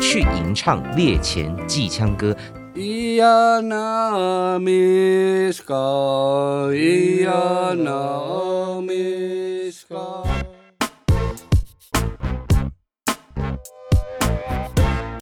去吟唱猎前祭枪歌。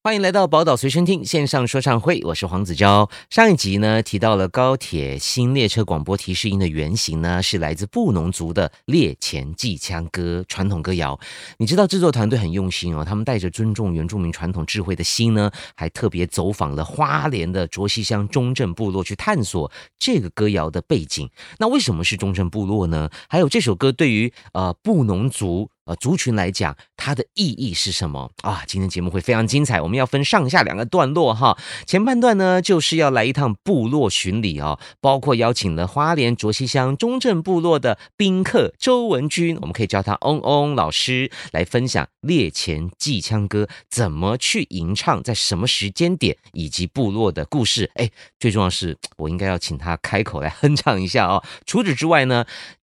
欢迎来到宝岛随身听线上说唱会，我是黄子佼。上一集呢提到了高铁新列车广播提示音的原型呢是来自布农族的猎前祭枪歌传统歌谣。你知道制作团队很用心哦，他们带着尊重原住民传统智慧的心呢，还特别走访了花莲的卓溪乡中正部落去探索这个歌谣的背景。那为什么是中正部落呢？还有这首歌对于呃布农族呃族群来讲，它的意义是什么啊？今天节目会非常精彩，我们要分上下两个段落哈。前半段呢，就是要来一趟部落巡礼哦，包括邀请了花莲卓溪乡中正部落的宾客周文君，我们可以叫他翁翁老师，来分享猎前祭枪歌怎么去吟唱，在什么时间点，以及部落的故事。哎，最重要是，我应该要请他开口来哼唱一下哦。除此之外呢，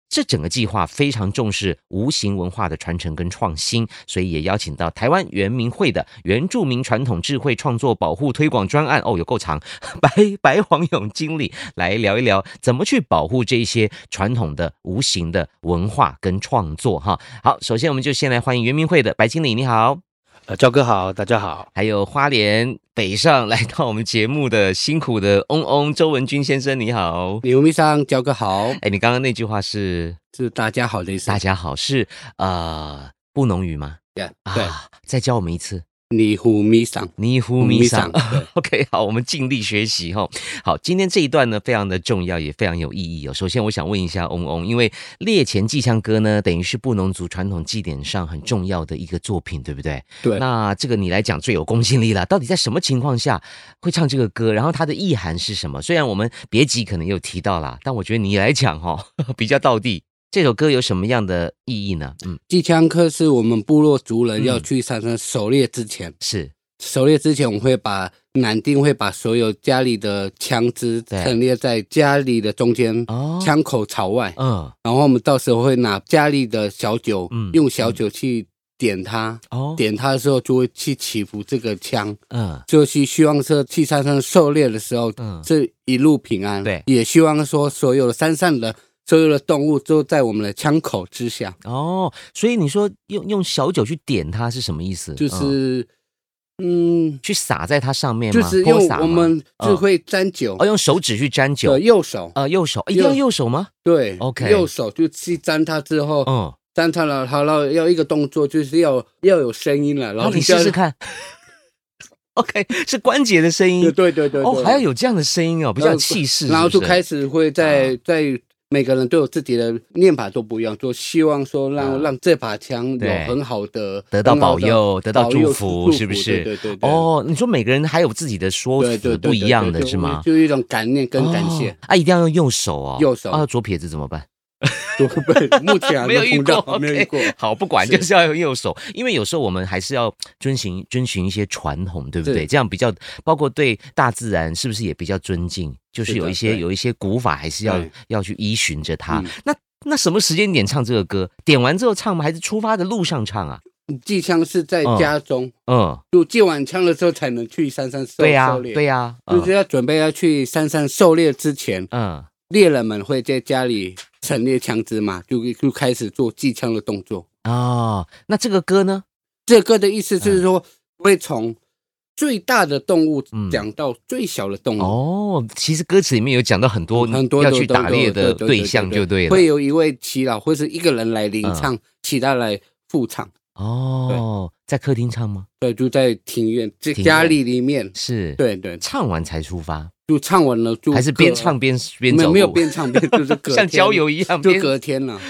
这整个计划非常重视无形文化的传承跟创新，所以也邀请到台湾原民会的原住民传统智慧创作保护推广专案哦，有够长， 白白黄勇经理来聊一聊怎么去保护这些传统的无形的文化跟创作哈。好，首先我们就先来欢迎原民会的白经理，你好。呃，焦哥好，大家好。还有花莲北上来到我们节目的辛苦的翁翁周文君先生，你好。刘密上，焦哥好，哎，你刚刚那句话是是大家好的意思大。家好，是呃布农语吗？对对，啊，再教我们一次。你呼咪上，尼呼米桑呼咪桑对 ，OK，好，我们尽力学习哈。好，今天这一段呢，非常的重要，也非常有意义哦。首先，我想问一下翁翁，因为猎前祭枪歌呢，等于是布农族传统祭典上很重要的一个作品，对不对？ 对那这个你来讲最有公信力了。到底在什么情况下会唱这个歌？然后它的意涵是什么？虽然我们别集可能有提到啦，但我觉得你来讲哈、 哦、比较到地。这首歌有什么样的意义呢？嗯，祭枪课是我们部落族嗯人要去上山狩猎之前，是狩猎之前我们会把男丁会把所有家里的枪支对陈列在家里的中间。哦，枪口朝外，嗯然后我们到时候会拿家里的小酒，嗯用小酒去点它，哦，点它的时候就会去祈福这个枪，嗯就是希望说去山上狩猎的时候，嗯这一路平安。对也希望说所有的山上的所有的动物都在我们的枪口之下，哦，所以你说用用小酒去点它是什么意思？就嗯、是，嗯，去撒在它上面就吗？是泼用洒我吗们就嗯会沾酒哦，用手指去沾酒的，右手，呃，右手一定右要右手吗？对 OK 右手就去沾它之后，嗯，沾它了，它要要一个动作，就是要要有声音了，然然后嗯后你就试试，看。OK，是关节的声音对对对对，哦，对还要有这样的声音哦，比较有气势。然后是就不是啊开始会在在每个人都有自己的念法都不一样，就希望说让啊让这把枪有对很好的得到很好保的佑，得到保祝佑福，是不对是？对对对。哦，你说每个人还有自己的说对对辞对，不一样的对对是我们吗？就一种感念跟感哦谢，啊，一定要用右手哦，右手啊，左撇子怎么办？对不 对？啊目前还没有遇碰到，过， 没有遇 OK 过。好，不管，是就是要用右手，因为有时候我们还是要遵循遵循一些传统，对不对？是这样比较，包括对大自然是不是也比较尊敬？就是是的有一些对有一些古法，还是要对要去依循着它嗯。那那什么时间点唱这个歌？点完之后唱吗？还是出发的路上唱啊？祭枪是在嗯家中，嗯，就祭完枪的时候才能去山上狩对呀狩，猎。对呀，就是嗯要准备要去山上狩猎之前，嗯，猎人们会在家里陈列枪支嘛，就就开始做祭枪的动作。哦，那这个歌呢？这歌的意思就是说，会从最大的动物嗯讲到最小的动物，哦，其实歌词里面有讲到很多嗯很多要的去动物打猎的对象，就对了。嗯会有一位耆老或是一个人来领唱，其他来副唱。哦，在客厅唱吗？对，就在庭院，这庭院家里里面。是，对对，唱完才出发，就唱完了就还是隔边唱边边走没有路，没有边唱边就是隔天 像郊游一样就边隔天了，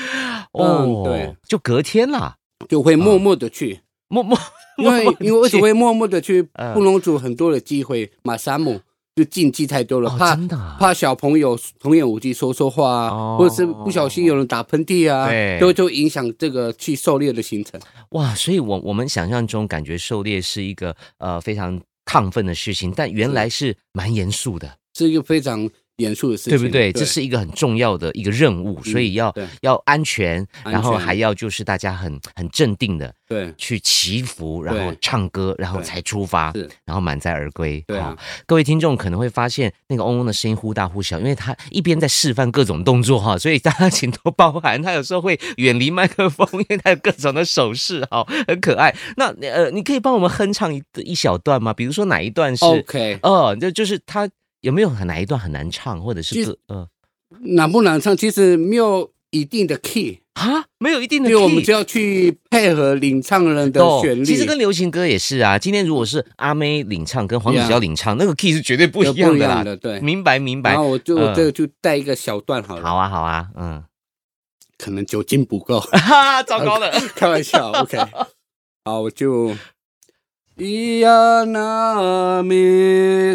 哦、嗯对，就隔天啦，就嗯会默默的去，默默 因 默为默地因为为什去么会默默的去？嗯布隆族很多的机会，马萨姆就禁忌太多了，哦怕真的啊怕小朋友童言无忌说说话啊，哦或者是不小心有人打喷嚏啊对，都就影响这个去狩猎的行程。哇，所以我我们想象中感觉狩猎是一个呃非常亢奋的事情，但原来是蛮严肃的是一个非常严肃的事对情，不对？这是一个很重要的一个任务，所以要对要安全，安然后全还要就是大家很很镇定的对去祈福，然后对唱歌，然后对才出发是，然后满载而归。对啊好，各位听众可能会发现那个嗡嗡的声音忽大忽小，因为他一边在示范各种动作哈，所以大家请多包涵。他有时候会远离麦克风，因为他有各种的手势，好，很可爱。那呃，你可以帮我们哼唱一一小段吗？比如说哪一段是？ ，OK，哦，就就是他有没有很哪一段很难唱，或者是其歌？呃，难不难唱？其实没有一定的 key，啊，没有一定的因为 key。我们就要去配合领唱人的懂旋律，其实跟流行歌也是啊。今天如果是阿妹领唱跟黄子 Yeah 佼领唱，那个 key 是绝对不就一样一的样啦。的，对。明白明白然。后我就嗯我这个就带一个小段好了，好啊好啊， 嗯，可能酒精不够，哈，糟糕了， 开玩笑，OK。好，我就。ia na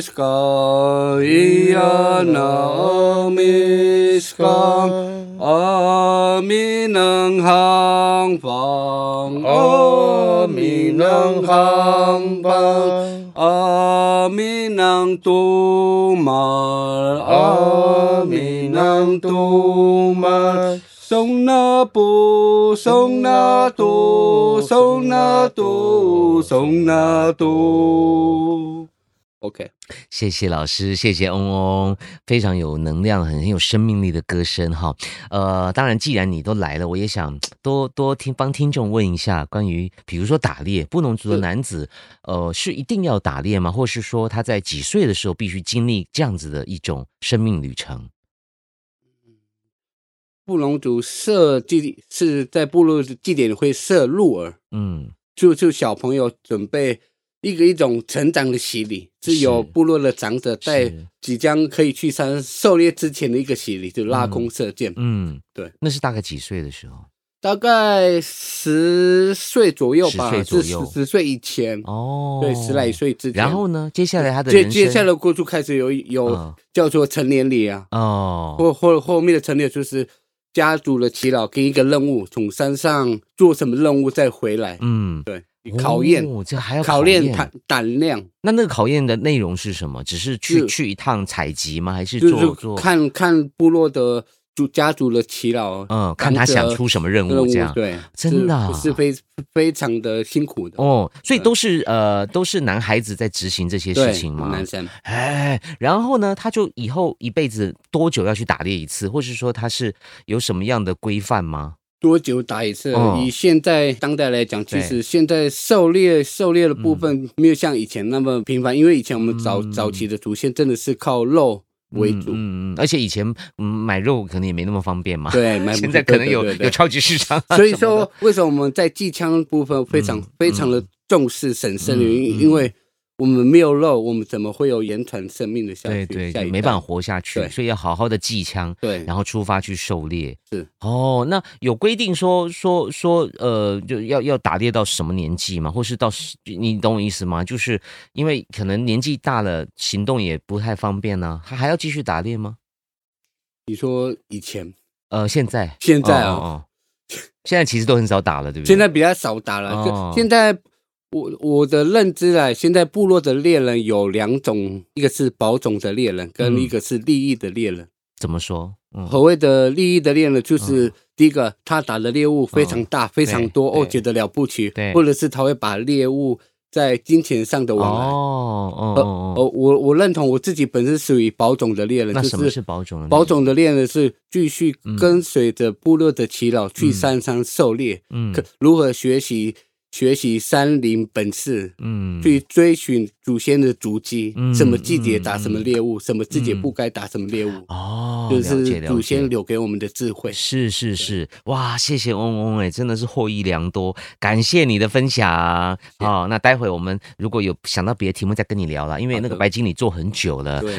miska, ia na miska, a mi nang hang bang, 哦 a mi nang hang bang, a mi nang tu mal, a mi nang tu mal. 松那布，松那杜，松那杜，松那杜。OK，谢谢老师，谢谢嗡嗡，非常有能量，很很有生命力的歌声哈。呃，当然，既然你都来了，我也想多多听帮听众问一下关于，比如说打猎，布农族的是男子，嗯呃，是一定要打猎吗？或是说他在几岁的时候必须经历这样子的一种生命旅程？布隆族设祭是在部落祭典会设鹿儿，嗯，就就小朋友准备一个一种成长的洗礼，是由是部落的长者在是即将可以去山狩猎之前的一个洗礼，就拉弓射箭。嗯，对，那是大概几岁的时候？大概十岁左右吧， 10岁左至右十十岁以前，哦，对，十来。岁之前。然后呢？接下来他的接人接下生来过就开始有有嗯叫做成年礼啊，哦，或或后面的成年就是家族的祈祷，给一个任务，从山上做什么任务再回来，嗯，对，考验哦这还要考验验胆胆量，那那个考验的内容是什么？只是去是去一趟采集吗？还是就做是做？看看部落的族家族的祈祷，嗯，看他想出什么任任务务这样。对，真的啊是是非非常的辛苦的，哦，所以对都是呃，都是男孩子在执行这些对事，情吗男？生哎，然后呢，他就以后一辈子多久要去打猎一次，或是说他是有什么样的规范吗？多久打一次？哦以现在当代来讲，对其实现在狩猎狩猎的部分没有像以前那么频繁，因为以前我们早、嗯早期的祖先真的是靠肉为嗯主，嗯嗯，而且以前嗯买肉可能也没那么方便 嘛，对，买不现在可能有对对对有超级市场啊什么的，所以说为什么我们在祭枪部分非常、嗯非常的重视审慎的原嗯因，嗯因为我们没有肉，我们怎么会有延传生命的下对去？对下对，一没代办法活下去，对所以要好好的祭枪，对然后出发去狩猎。是哦，那有规定说说说呃，就要要打猎到什么年纪吗？或是到十你懂我意思吗？就是因为可能年纪大了，行动也不太方便呢、还还要继续打猎吗？你说以前呃，现在现在啊现在其实都很少打哦了，对不对？现在比较少打了，就哦现在我我的认知啊，现在部落的猎人有两种，一个是保种的猎人，跟嗯一个是利益的猎人。怎么说？嗯，所谓的利益的猎人，就是、第一个，他打的猎物非常大、非常多，嗯对哦，觉得了不起对，或者是他会把猎物在金钱上的哦往来。哦哦哦哦，我我认同我自己本身属于保种的猎人，那什么就是保种的猎人保种的猎人是继续嗯跟随着部落的祈祷去嗯山上狩猎，嗯可如何学习学习山林本事，嗯，去追寻祖先的足迹，嗯什么季节打嗯什么猎物，什么季节嗯不该打什么猎物，哦，就了解是了祖解先留给我们的智慧。是是是，哇，谢谢嗡嗡哎，真的是获益良多，感谢你的分享。好、那待会我们如果有想到别的题目再跟你聊啦，因为好那个的白经理做很久 了。对，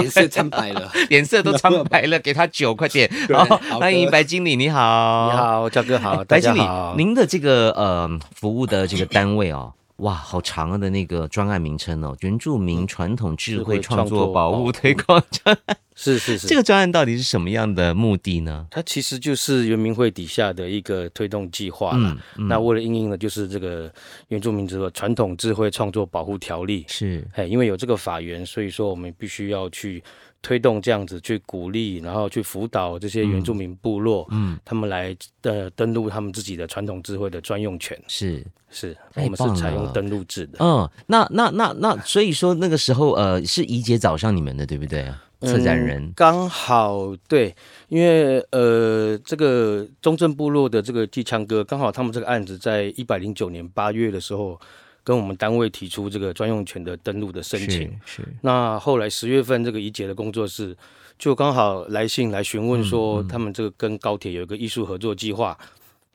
脸色苍白了。脸色都苍白了，给他酒，快点！ 对好，好欢迎的白经理，你好，哎你，好，焦哥好，大白家经理好，。您的这个呃服务的这个单位哦，哇，好长啊的那个专案名称哦，原住民传统智智慧慧创创作作保保护护推广专案，是是是，这个专案到底是什么样的目的呢？它其实就是圆明会底下的一个推动计划啦。嗯，嗯那为了应应的就是这个原住民这个传统智慧创作保护条例，是哎，因为有这个法源，所以说我们必须要去推动这样子，去鼓励，然后去辅导这些原住民部落，嗯他们来呃登录他们自己的传统智慧的专用权。是，是太我们棒是采了用登录制的。嗯，那那那那，所以说那个时候呃是怡姐找上你们的，对不对？策展人嗯、刚好对，因为呃，这个中正部落的这个季枪哥，刚好他们这个案子在一百零九年八月的时候，跟我们单位提出这个专用权的登录的申请。是是那后来十月份，这个怡姐的工作室就刚好来信来询问嗯说，他们这个跟高铁有一个艺术合作计划，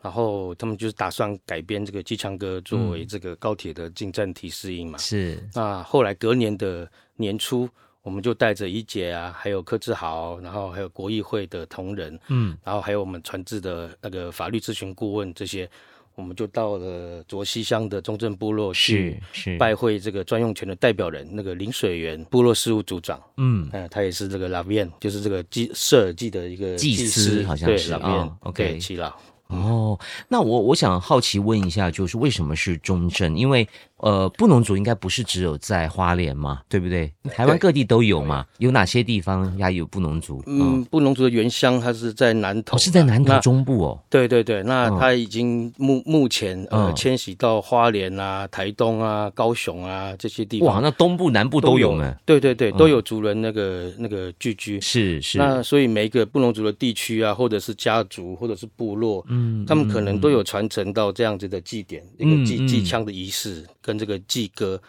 然后他们就是打算改编这个季枪哥作嗯为这个高铁的进站提示音嘛。是，那后来隔年的年初，我们就带着怡姐啊，还有柯志豪，然后还有国议会的同仁，嗯然后还有我们传志的那个法律咨询顾问这些，我们就到了卓溪乡的中正部落去是是，拜会这个专用权的代表人，那个林水源部落事务组长，嗯嗯、他也是这个拉面，就是这个祭社尔祭的一个祭司司，好像对是拉哦面，OK 对祈老。哦，那我我想好奇问一下，就是为什么是中正？因为呃，布农族应该不是只有在花莲嘛，对不对？台湾对各地都有嘛，有哪些地方还有布农族？嗯，嗯，布农族的原乡，它是在南投哦，啦，是在南那投中部哦，对对对，那嗯他已经目目前呃嗯迁徙到花莲啊、台东啊、高雄啊这些地哇，方，那东部、南部都有呢。嗯对对对，都有族人那个那个聚居。是是，那所以每一个布农族的地区啊，或者是家族，或者是部落，嗯他们可能都有传承到这样子的祭典，一嗯个祭嗯祭枪的仪式跟这个祭歌。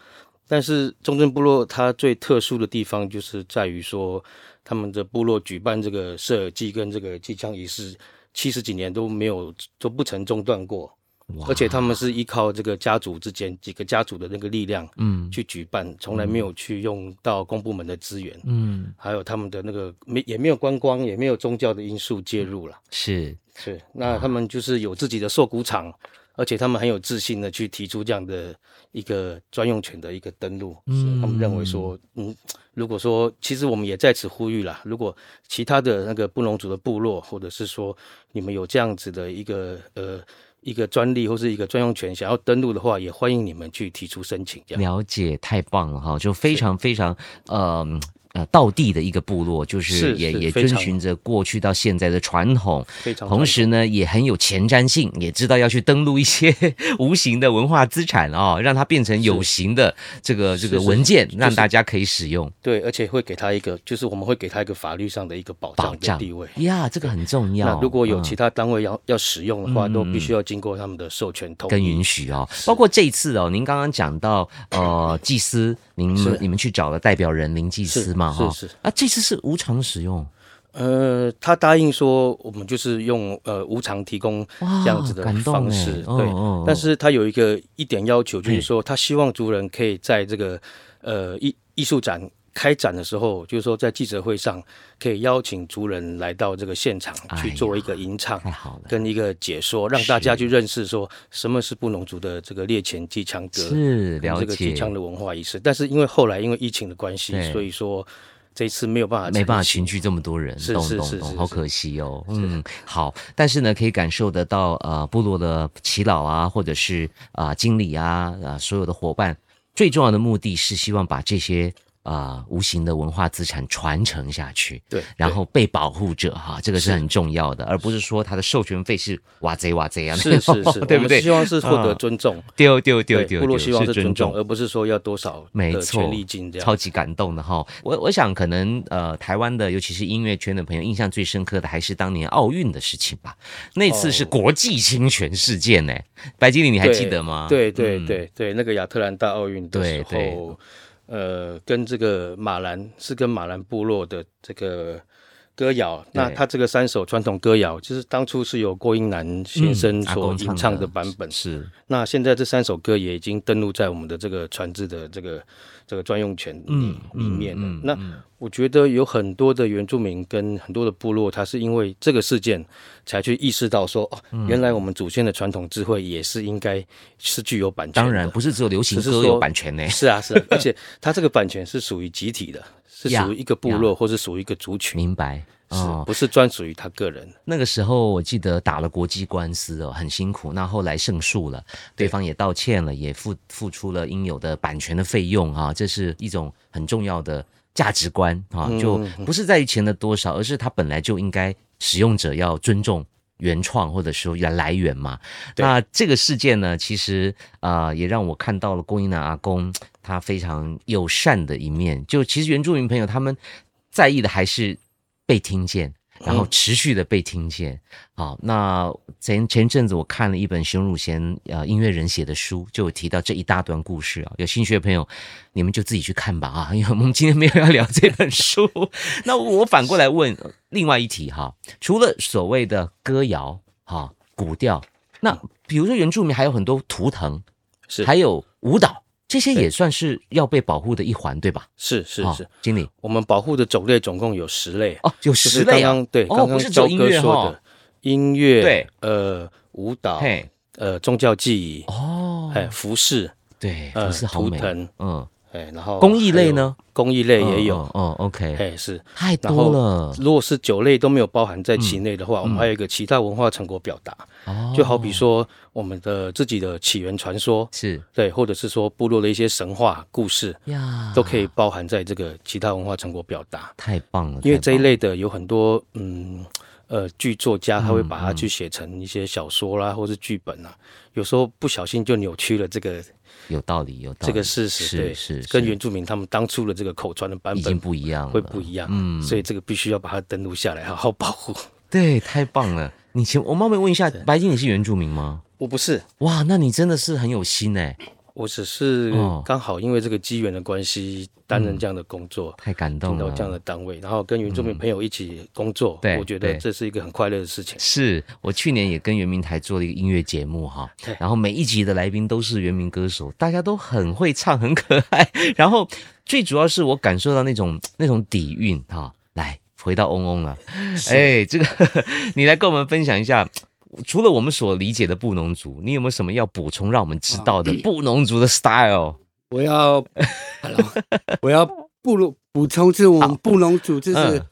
但是中正部落它最特殊的地方就是在于说，他们的部落举办这个社尔祭跟这个祭枪仪式，七十几年都没有都不曾中断过，哇而且他们是依靠这个家族之间几个家族的那个力量嗯去举办，从来没有去用到公部门的资源。嗯还有他们的那个没也没有观光，也没有宗教的因素介入了。是是，那他们就是有自己的受鼓场，而且他们很有自信的去提出这样的一个专用权的一个登录。嗯是他们认为说，嗯，如果说，其实我们也在此呼吁啦，如果其他的那个布农族的部落，或者是说你们有这样子的一个呃一个专利或是一个专用权想要登录的话，也欢迎你们去提出申请。这样了解，太棒了哈，就非常非常呃。呃，道地的一个部落，就是是也是也非遵常循着过去到现在的传统，非常同时呢，也很有前瞻性，也知道要去登录一些 无形的文化资产哦，让它变成有形的这个这是个是文件，就是让大家可以使用。对，而且会给他一个，就是我们会给他一个法律上的一个保保障障的地位。呀，这个很重要。那如果有嗯其他单位要、要使用的话，嗯都嗯必须要经过他们的授权同意。跟允许哦，包括这一次哦，您刚刚讲到呃，祭司，您们是你们去找了代表人林祭司嘛，哈，是是是啊，这次是无偿使用，呃，他答应说，我们就是用呃无偿提供哇，这样子的感动方哎式，哦对。哦但是他有一个一点要求，就是嘿说他希望族人可以在这个呃艺艺术展开展的时候，就是说在记者会上可以邀请族人来到这个现场哎去呀做一个吟唱。太好了，跟一个解说，让大家去认识说什么是布农族的这个猎前祭枪歌，是跟了这个解提，倡的文化仪式，但是因为后来因为疫情的关系对，所以说这一次没有办法没办法成行群聚这么多人，是懂是懂是懂，是好是可惜哦。嗯，好，但是呢，可以感受得到呃，部落的耆老啊，或者是啊、经理啊，啊、所有的伙伴，最重要的目的是希望把这些。啊、无形的文化资产传承下去，对，然对后被保护者哈，这个是是很重要的，而不是说他的授权费是哇贼哇贼啊，是是 是，对我不们对？希望是获得嗯尊重，丢丢丢对丢，部落希望是是尊重重，，而不是说要多少没的错权利金这超样。级感动的哈。我我想可能呃，台湾的尤其是音乐圈的朋友，印象最深刻的还是当年奥运的事情吧。那次是哦国际侵权事件呢、白经理你还对记得吗？对对嗯，对对，那个亚特兰大奥运的对时候，呃，跟这个马兰是跟马兰部落的这个。歌谣，那对他这个三首传统歌谣，就是当初是由郭英男先嗯生阿所公吟唱的版本，是那现在这三首歌也已经登录在我们的这个传字的这个这个专用权里、嗯里面了。嗯嗯那我觉得有很多的原住民跟很多的部落，他是因为这个事件才去意识到说，哦，嗯原来我们祖先的传统智慧也是应该是具有版权的。当然不是只有流行只是歌说 有版权呢、是啊，是啊，而且它这个版权是属于集体的，是呀属于一个部落或是属于一个族群，明白是哦。不是专属于他个人？那个时候我记得打了国际官司哦，很辛苦。那后来胜诉了，对对方也道歉了，也付付出了应有的版权的费用啊，这是一种很重要的价值观啊，嗯就嗯嗯不是在于钱的多少，而是它本来就应该使用者要尊重。原创或者说原来源嘛，对那这个事件呢，其实啊、呃也让我看到了龚一南阿公他非常友善的一面。就其实原住民朋友他们在意的还是被听见，然后嗯持续的被听见。好，那前前阵子我看了一本熊汝贤呃音乐人写的书，就有提到这一大段故事啊。有兴趣的朋友，你们就自己去看吧啊，因为我们今天没有要聊这本 书。那我反过来问呃另外一题哈，除了所谓的歌谣哈、古调，那比如说原住民还有很多图腾，是还有舞蹈，这些也对算是要被保护的一环，对吧？是是啊是，经理我们保护的种类总共有十类，哦，有就十是类啊，刚刚对，哦刚刚不是只有焦音哥乐说哈的音乐，对，呃，舞蹈，嘿，呃，宗教记忆，哦，哎，服饰，对，呃不是好图美，腾嗯，哎，然后公益类还有呢，公益类也有嗯，嗯嗯，OK，哎，是。太然多后了，嗯如果是酒类都没有包含在其内的话，我们还有一个其他文化成果表达，哦就好比说我们的自己的起源传说，是对，或者是说部落的一些神话故事，呀，都可以，包含在这个其他文化成果表达。太棒了，因为太这一棒类的有很多嗯呃剧作家，他会把它嗯去写成一些小说啦，或是剧本啊，有时候不小心就扭曲了这个有道理，有道理，这个事实，对，是是跟是原住民他们当初的这个口传的版已经本不一样了，会不一样，嗯所以这个必须要把它登录下来，好好保护。对，太棒了。你请我冒昧问一下，白金你是原住民吗？ 我不是，哇，那你真的是很有心哎，我只是哦刚好因为这个机缘的关系，担任这样的工作。太感动进到了。这样的单位，然后跟原住民朋友一起工作，对我觉得对这是一个很快乐的事情。是我去年也跟圆明台做了一个音乐节目哈对，然后每一集的来宾都是原民歌手，大家都很会唱，很可爱。然后最主要是我感受到那种那种底蕴哈。来，回到嗡嗡了，哎，这个 你来跟我们分享一下，除了我们所理解的布农族，你有没有什么要补充让我们知道啊的布农族的 style？我要，Hello，我要部落补充，就是我们布农族，就是嗯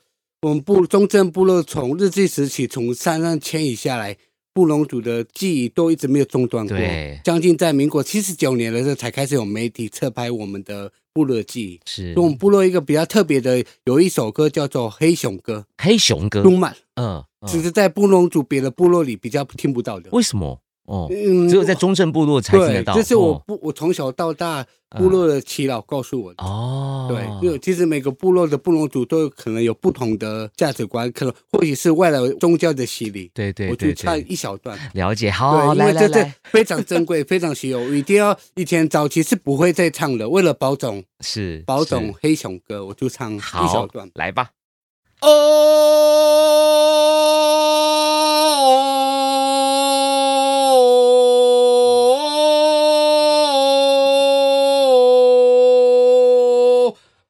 我们部中正部落从日治时期从山上迁移下来，布农族的记忆都一直没有中断过对。将近在民国七十九年的时候，才开始有媒体侧拍我们的部落记忆。是所以我们部落一个比较特别的，有一首歌叫做《黑熊歌黑熊》歌，东曼，嗯，只嗯是在布农族别的部落里比较听不到的。为什么？哦，嗯只有在中正部落才听得对，到。这是我哦嗯不我从小到大部落的祈祷告诉我的。哦，对，因为其实每个部落的部落族都有可能有不同的价值观，可能或许是外来宗教的洗礼。对对我对对就唱，一小段。了解。好，对，因来为来这这来，非常 珍贵，非常稀有，我一定要以前早期是不会再唱的。为了保种是保是种黑熊歌，我就唱一小好段，。来吧。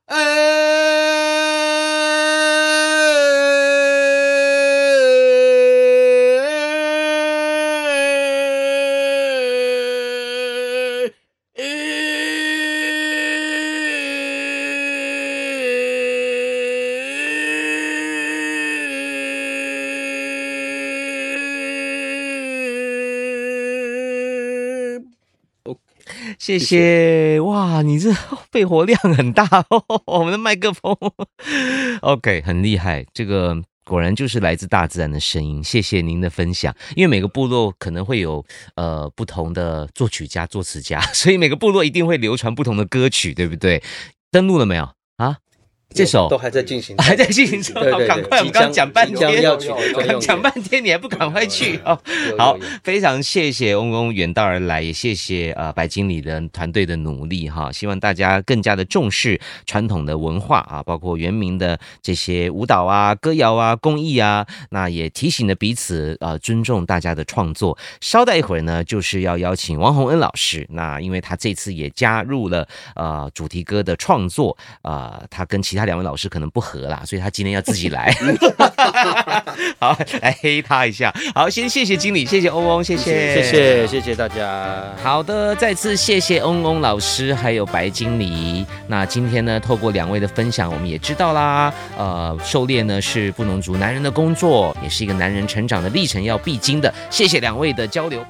哦，哎。谢谢哇，你这 肺活量很大哦，我们的麦克风，OK，很厉害，这个果然就是来自大自然的声音。谢谢您的分享，因为每个部落可能会有呃不同的作曲家、作词家，所以每个部落一定会流传不同的歌曲，对不对？登录了没有啊？这首都还在进 行，还在进行中，对对对赶快，我即们刚将讲半即将天，要取嗯得专用讲语半天，你还不赶快去哦？有好有有，非常谢谢翁翁远道而来，也谢谢呃白经理的团队的努力哈。希望大家更加的重视传统的文化啊，包括原民的这些舞蹈啊、歌谣啊、工艺啊，那也提醒了彼此呃尊重大家的创作。稍待一会儿呢，就是要邀请王洪恩老师，那因为他这次也加入了呃主题歌的创作，呃，他跟其他。他两位老师可能不合啦，所以他今天要自己来。 好，来黑他一下。好，先谢谢经理，谢谢欧翁，谢谢，谢谢谢谢大家。好的，再次谢谢翁翁老师，还有白经理。那今天呢，透过两位的分享，我们也知道啦，呃，狩猎呢是布农族男人的工作，也是一个男人成长的历程要必经的。谢谢两位的交流。